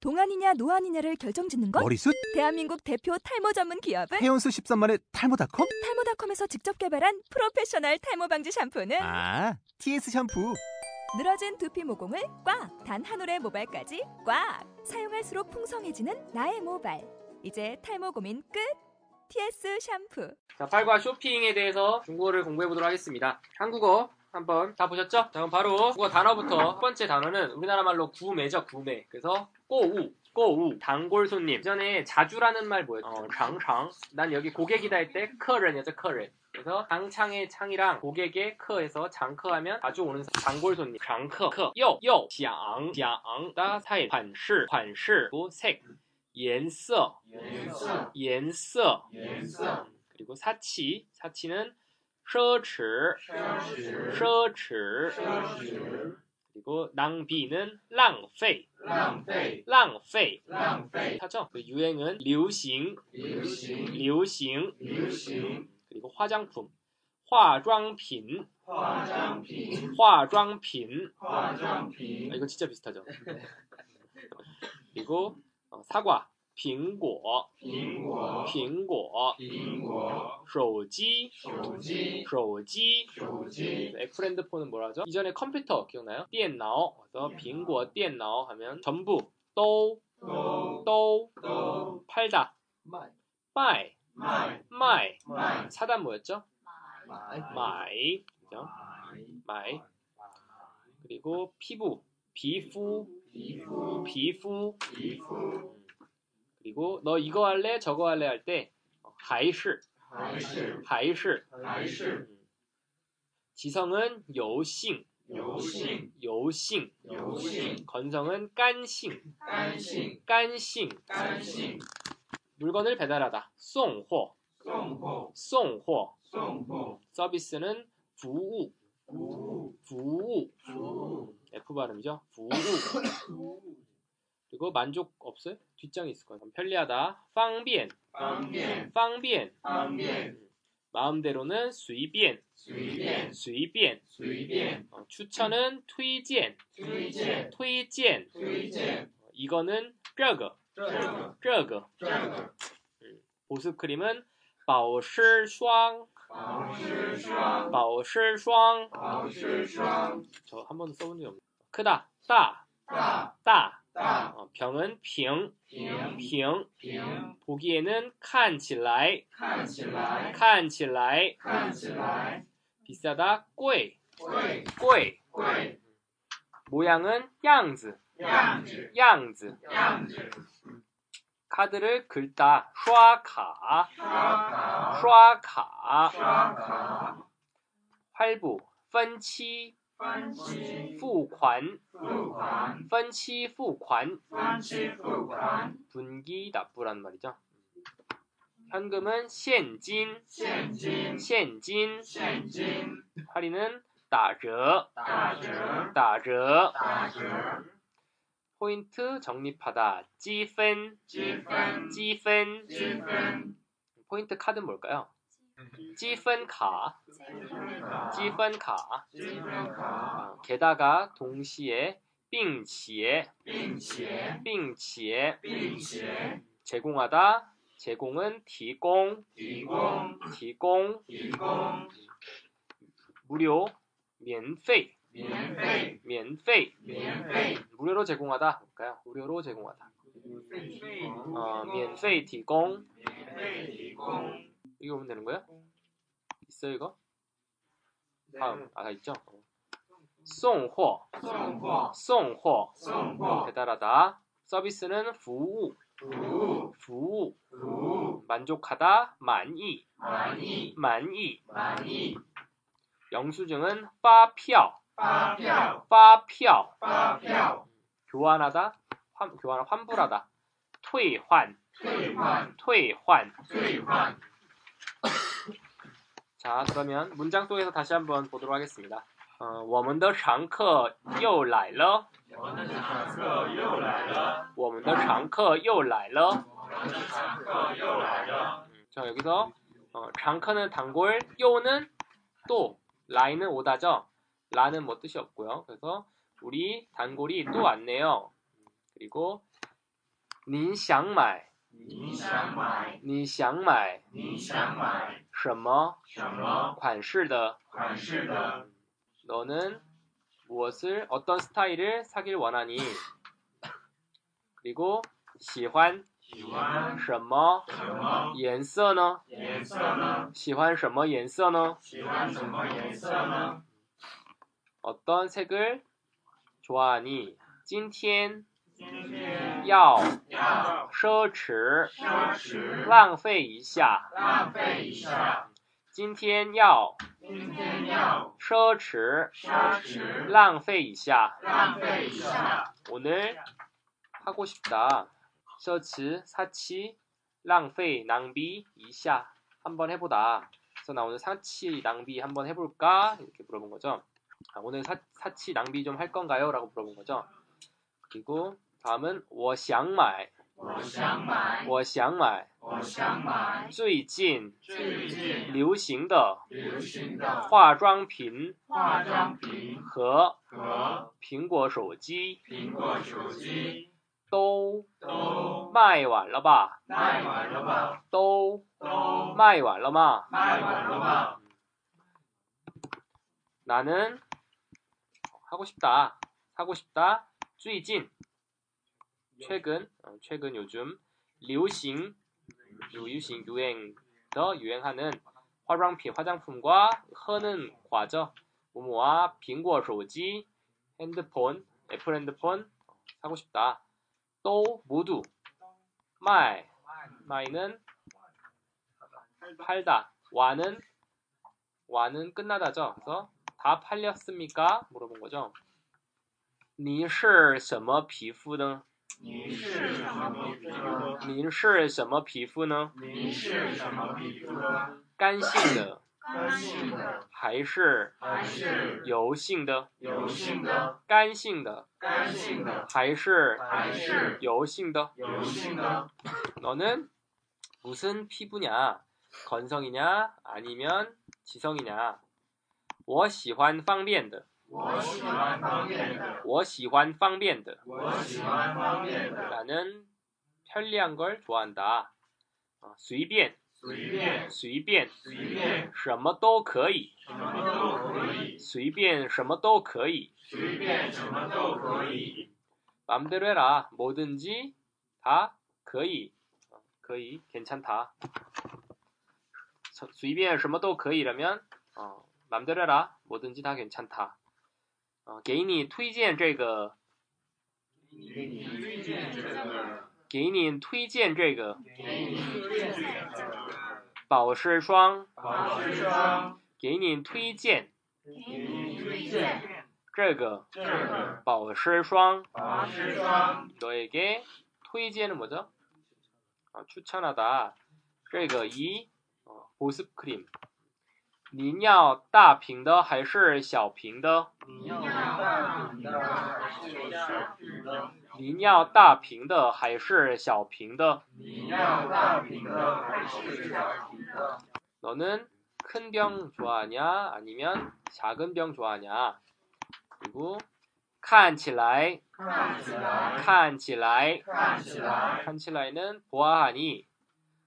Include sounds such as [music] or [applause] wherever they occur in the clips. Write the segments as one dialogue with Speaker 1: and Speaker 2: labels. Speaker 1: 동안이냐 노안이냐를 결정짓는 건
Speaker 2: 머리숱?
Speaker 1: 대한민국 대표 탈모 전문 기업은
Speaker 2: 헤어수 13만의 탈모닷컴?
Speaker 1: 탈모닷컴에서 직접 개발한 프로페셔널 탈모 방지 샴푸는
Speaker 2: 아, TS 샴푸.
Speaker 1: 늘어진 두피 모공을 꽉 단 한 올의 모발까지 꽉 사용할수록 풍성해지는 나의 모발 이제 탈모 고민 끝 TS 샴푸
Speaker 3: 자, 팔과 쇼핑에 대해서 중국어를 공부해 보도록 하겠습니다. 한국어 한번 다 보셨죠? 자, 그럼 바로 국어 단어부터 첫 번째 단어는 우리나라 말로 구매죠, 구매. 그래서 꼬우. 꼬우 단골 손님 전에 자주라는 말 뭐였죠? 어, 장창 난 여기 고객이다 할 때 커런이었죠 커런 그래서 장창의 창이랑 고객의 커에서 장커하면 자주 오는 사- 단골 손님 장커 커요요 장장다 타입 관시 관시 고색 연서
Speaker 4: 颜色，
Speaker 3: 연서
Speaker 4: 颜色，
Speaker 3: 그리고 사치, 사치는 奢侈,
Speaker 4: 奢侈，
Speaker 3: 奢侈.
Speaker 4: 奢侈，
Speaker 3: 그리고 낭비는 浪费,
Speaker 4: 浪费，
Speaker 3: 浪费.
Speaker 4: 浪费，
Speaker 3: 하죠? 그 유행은 流行,
Speaker 4: 流行，
Speaker 3: 流行.
Speaker 4: 流行，
Speaker 3: 그리고 화장품, 化妆品,
Speaker 4: 化妆品，
Speaker 3: 化妆品.
Speaker 4: 化妆
Speaker 3: 아,
Speaker 4: 品，
Speaker 3: 이거 진짜 비슷하죠? [laughs] 그리고 어, 사과, 苹果,
Speaker 4: 苹果，
Speaker 3: 苹果.
Speaker 4: 苹果，
Speaker 3: 手机,
Speaker 4: 手机，
Speaker 3: 手机.
Speaker 4: 手机，
Speaker 3: 애플핸드폰은 네, 뭐라죠? 이전에 컴퓨터 기억나요? 电脑, 그래서 苹果电脑 하면 전부, 都,
Speaker 4: 都，
Speaker 3: 또,
Speaker 4: 都，
Speaker 3: 팔다,
Speaker 4: 卖，
Speaker 3: buy,
Speaker 4: 卖，
Speaker 3: my,
Speaker 4: 卖，
Speaker 3: 사단 뭐였죠?
Speaker 4: 买，
Speaker 3: my, 그죠?
Speaker 4: 买，
Speaker 3: my. 그리고 피부, 비후,
Speaker 4: 皮肤，
Speaker 3: 비후. 음.
Speaker 4: 皮肤，
Speaker 3: 그리고 너 이거 할래, 저거 할래 할 때, 어, 还是,
Speaker 4: 还是，
Speaker 3: 还是.
Speaker 4: 还是，
Speaker 3: 지성은 여性,
Speaker 4: 油性，
Speaker 3: 여性.
Speaker 4: 油性，
Speaker 3: 건성은 깐性,
Speaker 4: 干性，
Speaker 3: 깐性.
Speaker 4: 干性，
Speaker 3: 물건을 배달하다, 送货,
Speaker 4: 送货，
Speaker 3: 送货.
Speaker 4: 送货，
Speaker 3: 서비스는 服务,
Speaker 4: 服务，
Speaker 3: 부우
Speaker 4: 服务，
Speaker 3: F 발음이죠. 부우 그리고 만족 없어요? 뒷장이 있을 거예요. 편리하다. 方便,
Speaker 4: 方便，
Speaker 3: 方便.
Speaker 4: 方便，
Speaker 3: 마음대로는 随便,
Speaker 4: 随便，
Speaker 3: 随便.
Speaker 4: 随便，
Speaker 3: 어, 추천은 推荐,
Speaker 4: 推荐，
Speaker 3: 推荐.
Speaker 4: 推荐，
Speaker 3: 어, 이거는 这个,
Speaker 4: 这个，
Speaker 3: 这个.
Speaker 4: 这个，
Speaker 3: 보습크림은 保湿霜,
Speaker 4: 保湿霜，
Speaker 3: 保湿霜.
Speaker 4: 保湿霜，
Speaker 3: 저 한 번도 써본 적이 없네요. 크다, 따,
Speaker 4: 大
Speaker 3: 따.
Speaker 4: 大
Speaker 3: 어, 병은 平,
Speaker 4: 平
Speaker 3: 平.
Speaker 4: 平，
Speaker 3: 보기에는 看起来,
Speaker 4: 看起来，
Speaker 3: 看起来.
Speaker 4: 看起来，
Speaker 3: 비싸다 꼴,
Speaker 4: 贵
Speaker 3: 꼴.
Speaker 4: 贵，
Speaker 3: 모양은 양즈,
Speaker 4: 样子
Speaker 3: 양즈.
Speaker 4: 样子，
Speaker 3: 카드를 긁다 슈아카,
Speaker 4: 刷卡
Speaker 3: 슈아카.
Speaker 4: 刷卡，
Speaker 3: 활부, 펀치,
Speaker 4: 分期
Speaker 3: 후관,
Speaker 4: 付款，
Speaker 3: 펀치 후관.
Speaker 4: 分期付款，
Speaker 3: 분기 납부란 말이죠. 현금은 现金,
Speaker 4: 现金
Speaker 3: 现金.
Speaker 4: 现金，
Speaker 3: 할인은 打折,
Speaker 4: 打折
Speaker 3: 打折.
Speaker 4: 打折，
Speaker 3: 포인트 적립하다积分,
Speaker 4: 积分
Speaker 3: 积分.
Speaker 4: 积分，
Speaker 3: 포인트 카드는 뭘까요? 지펀카,
Speaker 4: 积分卡，
Speaker 3: 지펀카.
Speaker 4: 积分卡，
Speaker 3: 아, 게다가 동시에 并且,
Speaker 4: 并且
Speaker 3: 并且
Speaker 4: 并且
Speaker 3: 제공하다. 제공은 提供,
Speaker 4: 提供
Speaker 3: 提供
Speaker 4: 提供
Speaker 3: 무료, 免费,
Speaker 4: 免费
Speaker 3: 免费
Speaker 4: 免费
Speaker 3: 무료로 제공하다. 볼까요? 무료로 제공하다.
Speaker 4: 免费
Speaker 3: 어, 免费提供.
Speaker 4: 免费提供
Speaker 3: 이거 보면 되는 거예요? 있어 요 이거?
Speaker 4: 네.
Speaker 3: 다음 아까 있죠? 어. 送货,
Speaker 4: 送货
Speaker 3: 送货
Speaker 4: 送货
Speaker 3: 배달하다. 서비스는 服务,
Speaker 4: 服务
Speaker 3: 服务
Speaker 4: 服务
Speaker 3: 만족하다, 만이,
Speaker 4: 满意
Speaker 3: 만이.
Speaker 4: 满意
Speaker 3: 영수증은 发票,
Speaker 4: 发票
Speaker 3: 发票.
Speaker 4: 发票
Speaker 3: 교환하다, 환, 교환, 환불하다. 退换,
Speaker 4: 兑换
Speaker 3: 退换.
Speaker 4: 兑换
Speaker 3: 자, 그러면 문장 속에서 다시 한번 보도록 하겠습니다. 어, 我们的常客又来了,
Speaker 4: 我们的常客又来了
Speaker 3: 我们的常客又来了. 음,
Speaker 4: 我们的常客又来了
Speaker 3: 자, 여기서 어, 장커는 단골, 요는 또, 라인은 오다죠. 라는 뭐 뜻이 없고요. 그래서 우리 단골이 또 왔네요. 그리고 您想买
Speaker 4: 您想买，
Speaker 3: 你想买
Speaker 4: 您想买
Speaker 3: 什么
Speaker 4: 什么
Speaker 3: 款式的
Speaker 4: 款式的？
Speaker 3: 너는 무엇을 어떤 스타일을 사길 원하니? 그리고 뭐喜欢
Speaker 4: 喜欢
Speaker 3: 什么
Speaker 4: 什么
Speaker 3: 颜色呢?
Speaker 4: 颜色呢？
Speaker 3: 喜欢什么颜色呢?
Speaker 4: 喜欢什么颜色呢？
Speaker 3: 어떤 색을 좋아하니? 今天
Speaker 4: 今天
Speaker 3: 要
Speaker 4: 要
Speaker 3: 奢侈
Speaker 4: 奢侈，
Speaker 3: 浪费一下
Speaker 4: 浪费一下。
Speaker 3: 今天要
Speaker 4: 今天要
Speaker 3: 奢侈
Speaker 4: 奢侈，
Speaker 3: 浪费一下
Speaker 4: 浪费一下。
Speaker 3: 오늘 하고 싶다. 셔츠 사치 낭페 낭비 이샤 한번 해보다. 그래서 나 오늘 사치 낭비 한번 해볼까 이렇게 물어본 거죠. 아, 오늘 사, 사치 낭비 좀 할 건가요?라고 물어본 거죠. 그리고 다음은 我想买
Speaker 4: 我想买，
Speaker 3: 我想买
Speaker 4: 我想买
Speaker 3: 最近
Speaker 4: 最近
Speaker 3: 流行的
Speaker 4: 流行的
Speaker 3: 化妆品
Speaker 4: 化妆品
Speaker 3: 和
Speaker 4: 和
Speaker 3: 苹果手机
Speaker 4: 苹果手机
Speaker 3: 都
Speaker 4: 都
Speaker 3: 卖完了吧？
Speaker 4: 卖完了吧？
Speaker 3: 都
Speaker 4: 都
Speaker 3: 卖完了吗？
Speaker 4: 卖完了吧？
Speaker 3: 나는 하고 싶다. 사고 싶다. 最近 최근 어, 최근 요즘流行 유유신 유행 더 유행하는 화장품 화장품과 흐는 과죠. 모모와 빙고 소지 핸드폰 애플 핸드폰 사고 싶다. 또 모두 마이 마이는 팔다 와는 와는 끝나다죠. 그래서 다 팔렸습니까? 물어본 거죠. 您是什么皮肤呢?
Speaker 4: 您是什么皮肤呢？
Speaker 3: 您是什么皮肤呢?
Speaker 4: 您是什么皮肤呢？干性的还是油性的？
Speaker 3: 干性的还是油性的干性的还是油性的
Speaker 4: 干性的还是油性的？
Speaker 3: 너는 무슨 피부냐? 건성이냐? 아니면 지성이냐? 我喜欢方便的.
Speaker 4: 我喜欢方便的，
Speaker 3: 我喜欢方便的.
Speaker 4: 我喜欢方便的，
Speaker 3: 나는 편리한 걸 좋아한다. 어, 随便,
Speaker 4: 随便
Speaker 3: 随便,
Speaker 4: 随便
Speaker 3: 什么都可以,
Speaker 4: 什么都可以，
Speaker 3: 随便什么都可以.
Speaker 4: 随便什么都可以，
Speaker 3: 맘대로 해라. 뭐든지 다 거의 어, 거의 괜찮다. 随便 什么都可以라면 어, 맘대로 해라. 뭐든지 다 괜찮다. 어, 개인이 推荐这个
Speaker 4: 给你推荐这个，
Speaker 3: 개인이 推荐这个
Speaker 4: 给你推荐这个
Speaker 3: 保湿霜
Speaker 4: 保湿霜，
Speaker 3: 개인이
Speaker 4: 给你推荐
Speaker 3: 推荐这个
Speaker 4: 这个
Speaker 3: 保湿霜
Speaker 4: 保湿霜，
Speaker 3: 너에게 토이지에는 뭐죠? 아, 추천하다. 그리고 이 어, 보습 크림. 你要大瓶的还是小瓶的?
Speaker 4: 你要大瓶的还是小瓶的？
Speaker 3: 你要大瓶的还是小瓶的?
Speaker 4: 你要大瓶的还是小瓶的？
Speaker 3: 너는 큰 병 좋아하냐? 아니면 작은 병 좋아하냐? 그리고 啊看起来,
Speaker 4: 看起来，
Speaker 3: 看起来,
Speaker 4: 看起来
Speaker 3: 看起来는 보아하니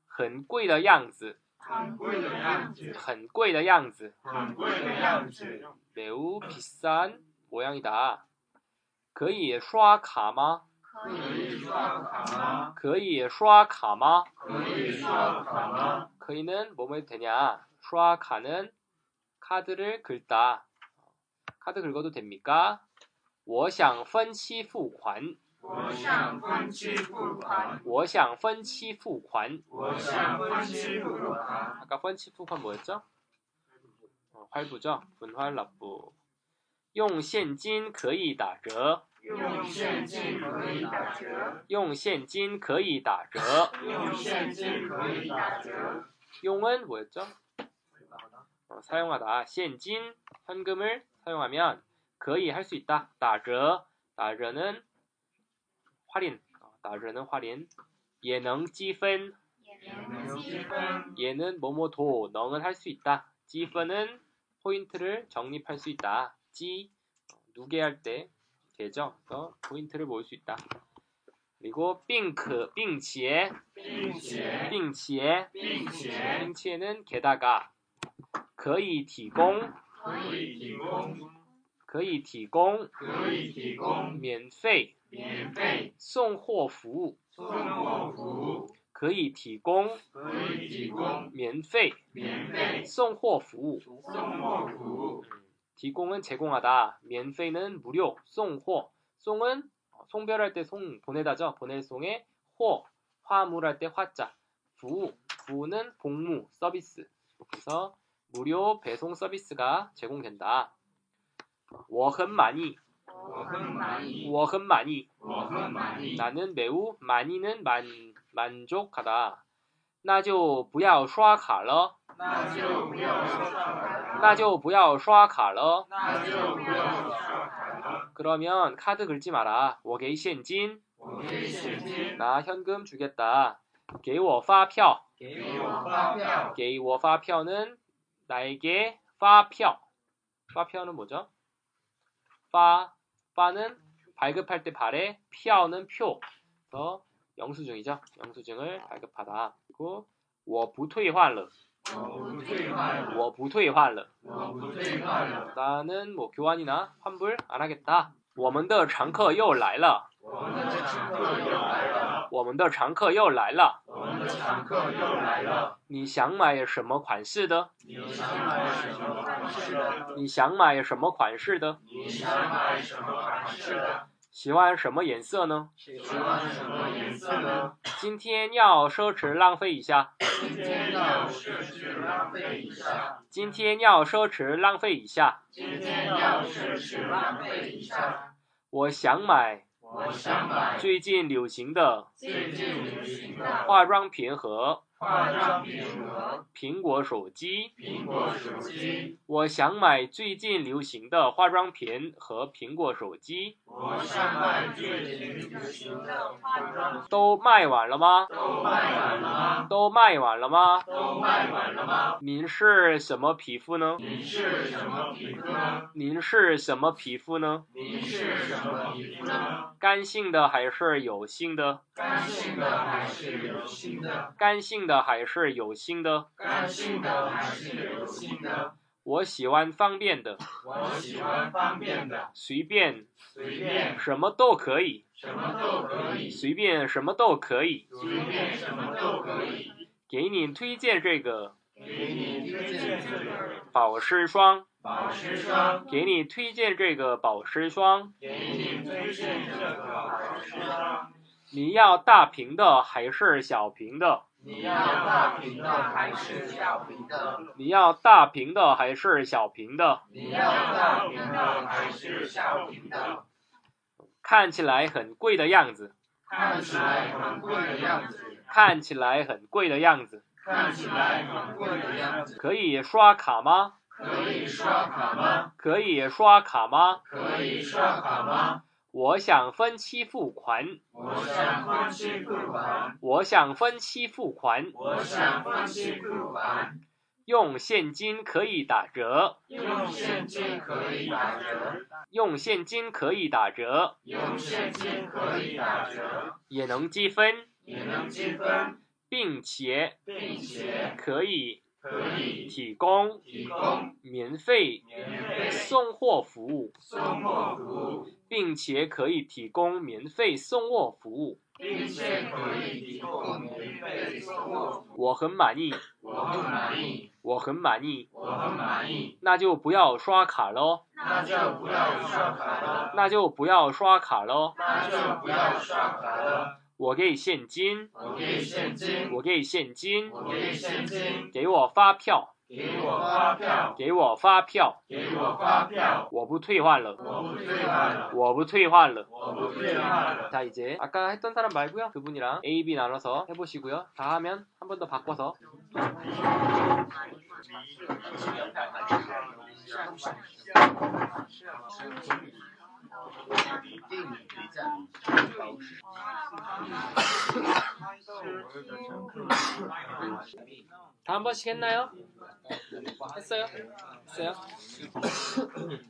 Speaker 3: 很贵的样子,
Speaker 4: 很贵的样子，
Speaker 3: 很贵的样子.
Speaker 4: 很贵的样子，
Speaker 3: 매우 비싼 모양이다. 可以刷卡吗?
Speaker 4: 可以刷卡吗？
Speaker 3: 可以刷卡吗?
Speaker 4: 可以刷卡吗？
Speaker 3: 可以는 뭐뭐 해도 되냐? 刷卡는 카드를 긁다. 카드 긁어도 됩니까? 我想分期付款.
Speaker 4: 我想分期付款，
Speaker 3: 我想分期付款.
Speaker 4: 我想分期付款，
Speaker 3: 아까 펀치푸판 뭐였죠? 어, 활부죠? 분활납부. 用现金可以打折.
Speaker 4: 用现金可以打折，
Speaker 3: 用现金可以打折.
Speaker 4: 用现金可以打折，
Speaker 3: 용은 뭐였죠? 어, 사용하다. 现金 현금을 사용하면 거의 할 수 있다. 打折. 打折는 할인. 어, 打折는 할인. 也能积分.
Speaker 4: 也能积分，
Speaker 3: 얘는 뭐뭐도 너는 할 수 있다. 지프는 포인트를 적립할 수 있다. 어, 지 누게 할 때 되죠. 그래서 포인트를 모을 수 있다. 그리고 并可,并且,
Speaker 4: 并且
Speaker 3: 并且,
Speaker 4: 并且
Speaker 3: 并且는 게다가 可以提供,
Speaker 4: 可以提供
Speaker 3: 可以提供
Speaker 4: 可以提供
Speaker 3: 免费
Speaker 4: 免费
Speaker 3: 送货服务,
Speaker 4: 送货服务，
Speaker 3: 可以提供
Speaker 4: 可以提供
Speaker 3: 免费
Speaker 4: 免费
Speaker 3: 送货服务.
Speaker 4: 送货服务，
Speaker 3: 提供은 제공하다, 면페이는 무료, 송호, 송은 어, 송별할 때 송 보내다죠. 보낼 송에 호, 화물할 때 화자, 부우, 부우는 복무, 서비스. 그래서 무료 배송 서비스가 제공된다. 我很 많이,
Speaker 4: 我很满意，
Speaker 3: 我很 많이,
Speaker 4: 我很满意，
Speaker 3: 나는 매우 많이는 만 만족하다. 那就不要刷卡了,
Speaker 4: 那就不要说了，
Speaker 3: 那就不要刷卡了.
Speaker 4: 那就不要说了，
Speaker 3: 그러면 카드 긁지 마라. 我给现金.
Speaker 4: 我给现金，
Speaker 3: 나 현금 주겠다. 给我发票.
Speaker 4: 给我发票，
Speaker 3: 给我发票는 나에게 发票. 发票는 뭐죠? 发, 发는 발급할 때 발에 票는 표. 그래서 영수증이죠. 영수증을 발급하다. 그리고 我不退换了.
Speaker 4: 我不退换了，
Speaker 3: 我不退换了.
Speaker 4: 我不退换了，
Speaker 3: 나는 뭐 교환이나 환불 안 하겠다. 我们的常客又来了.
Speaker 4: 我们的常客又来了，
Speaker 3: 我们的常客又来了.
Speaker 4: 我们的常客又来了，
Speaker 3: 你想买什么款式的？
Speaker 4: 你想买什么款式的？
Speaker 3: 你想买什么款式的？
Speaker 4: 你想买什么款式的？
Speaker 3: 喜欢什么颜色呢？
Speaker 4: 喜欢什么颜色呢？
Speaker 3: 今天要奢侈浪费一下，
Speaker 4: 今天要设置浪费一下，
Speaker 3: 今天要奢侈浪费一下。
Speaker 4: 今天要设置浪费一下。
Speaker 3: 我想买
Speaker 4: 我想买
Speaker 3: 最近流行的
Speaker 4: 最近流行的
Speaker 3: 化妆品和
Speaker 4: 化妆品和
Speaker 3: 苹果手机。
Speaker 4: 苹果手机，
Speaker 3: 我想买最近流行的化妆品和苹果手机，
Speaker 4: 我想买最近流行的化妆品。
Speaker 3: 都卖完了吗？
Speaker 4: 都卖完了吗？
Speaker 3: 都卖完了吗？
Speaker 4: 都卖完了吗？
Speaker 3: 您是什么皮肤呢？
Speaker 4: 您是什么皮肤呢？
Speaker 3: 您是什么皮肤呢？
Speaker 4: 您是什么皮肤呢？
Speaker 3: 干性的还是有性的？
Speaker 4: 干性的还是油性的？
Speaker 3: 干性的还是有性的？
Speaker 4: 干性的还是油性的？
Speaker 3: 我喜欢方便的，
Speaker 4: 我喜欢方便的，
Speaker 3: 随便
Speaker 4: 随便
Speaker 3: 什么都可以，
Speaker 4: 什么都可以，
Speaker 3: 随便什么都可以。
Speaker 4: 随便什么都可以。
Speaker 3: 给你推荐这个
Speaker 4: 给你推荐这个
Speaker 3: 保湿霜，
Speaker 4: 保湿霜，
Speaker 3: 给你推荐这个保湿霜。
Speaker 4: 给你推荐这个保湿霜。
Speaker 3: 你要大瓶的还是小瓶的？
Speaker 4: 你要大瓶的还是小瓶的？
Speaker 3: 你要大瓶的还是小瓶的？
Speaker 4: 你要大瓶的还是小瓶的？
Speaker 3: 看起来很贵的样子，
Speaker 4: 看起来很贵的样子，
Speaker 3: 看起来很贵的样子。
Speaker 4: 看起来很贵的样子。
Speaker 3: 可以刷卡吗？
Speaker 4: 可以刷卡吗？
Speaker 3: 可以刷卡吗？
Speaker 4: 可以刷卡吗？
Speaker 3: 我想分期付款。
Speaker 4: 我想分期付款。
Speaker 3: 我想分期付款，
Speaker 4: 我想分期付款，
Speaker 3: 用现金可以打折，
Speaker 4: 用现金可以打折，
Speaker 3: 用现金可以打折，
Speaker 4: 用现金可以打折，
Speaker 3: 也能积分，
Speaker 4: 也能积分，
Speaker 3: 并且
Speaker 4: 并且
Speaker 3: 可以
Speaker 4: 可以
Speaker 3: 提供
Speaker 4: 提供
Speaker 3: 免费
Speaker 4: 免费
Speaker 3: 送货服务，
Speaker 4: 送货服务，
Speaker 3: 并且可以提供免费送货服务。
Speaker 4: 并且可以提供免费送货服务。
Speaker 3: 我很满意，
Speaker 4: 我很满意，
Speaker 3: 我很满意，
Speaker 4: 我很满意，
Speaker 3: 那就不要刷卡喽，
Speaker 4: 那就不要刷卡了，
Speaker 3: 那就不要刷卡喽。
Speaker 4: 那就不要刷卡了。
Speaker 3: 我给现金，
Speaker 4: 我给现金，
Speaker 3: 我给现金，
Speaker 4: 我给现金，
Speaker 3: 给我发票，
Speaker 4: 给我发票。
Speaker 3: 给我发票，
Speaker 4: 给我发票，
Speaker 3: 我不退换了。
Speaker 4: 我不退换
Speaker 3: 워브 퇴화를
Speaker 4: 了，我不退换了。
Speaker 3: 자 이제 아까 했던 사람 말고요 그분이랑 A, B 나눠서 해보시고요 다 하면 한 번 더 바꿔서 다 한 번씩 했나요? 했어요? 했어요?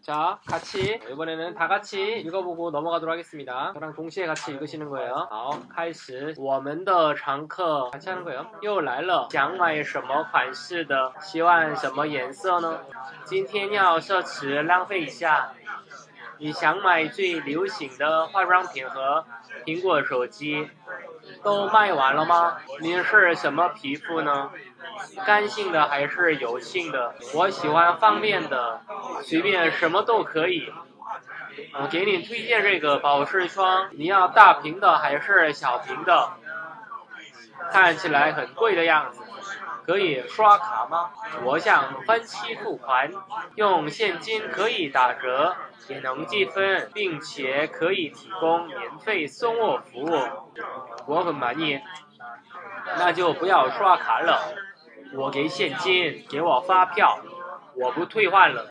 Speaker 3: 자, 같이 이번에는 다 같이 읽어보고 넘어가도록 하겠습니다. 저랑 동시에 같이 읽으시는 거예요. 好,开始我们的常客 같이 하는 거예요. 又来了，想买什么款式的？希望什么颜色呢？今天要奢侈浪费一下。你想买最流行的化妆品和苹果手机都卖完了吗？您是什么皮肤呢？干性的还是油性的？我喜欢方便的，随便什么都可以。我给你推荐这个保湿霜，你要大瓶的还是小瓶的？看起来很贵的样子。可以刷卡吗？我想分期付款，用现金可以打折，也能积分，并且可以提供免费送货服务，我很满意。那就不要刷卡了，我给现金，给我发票，我不退换了。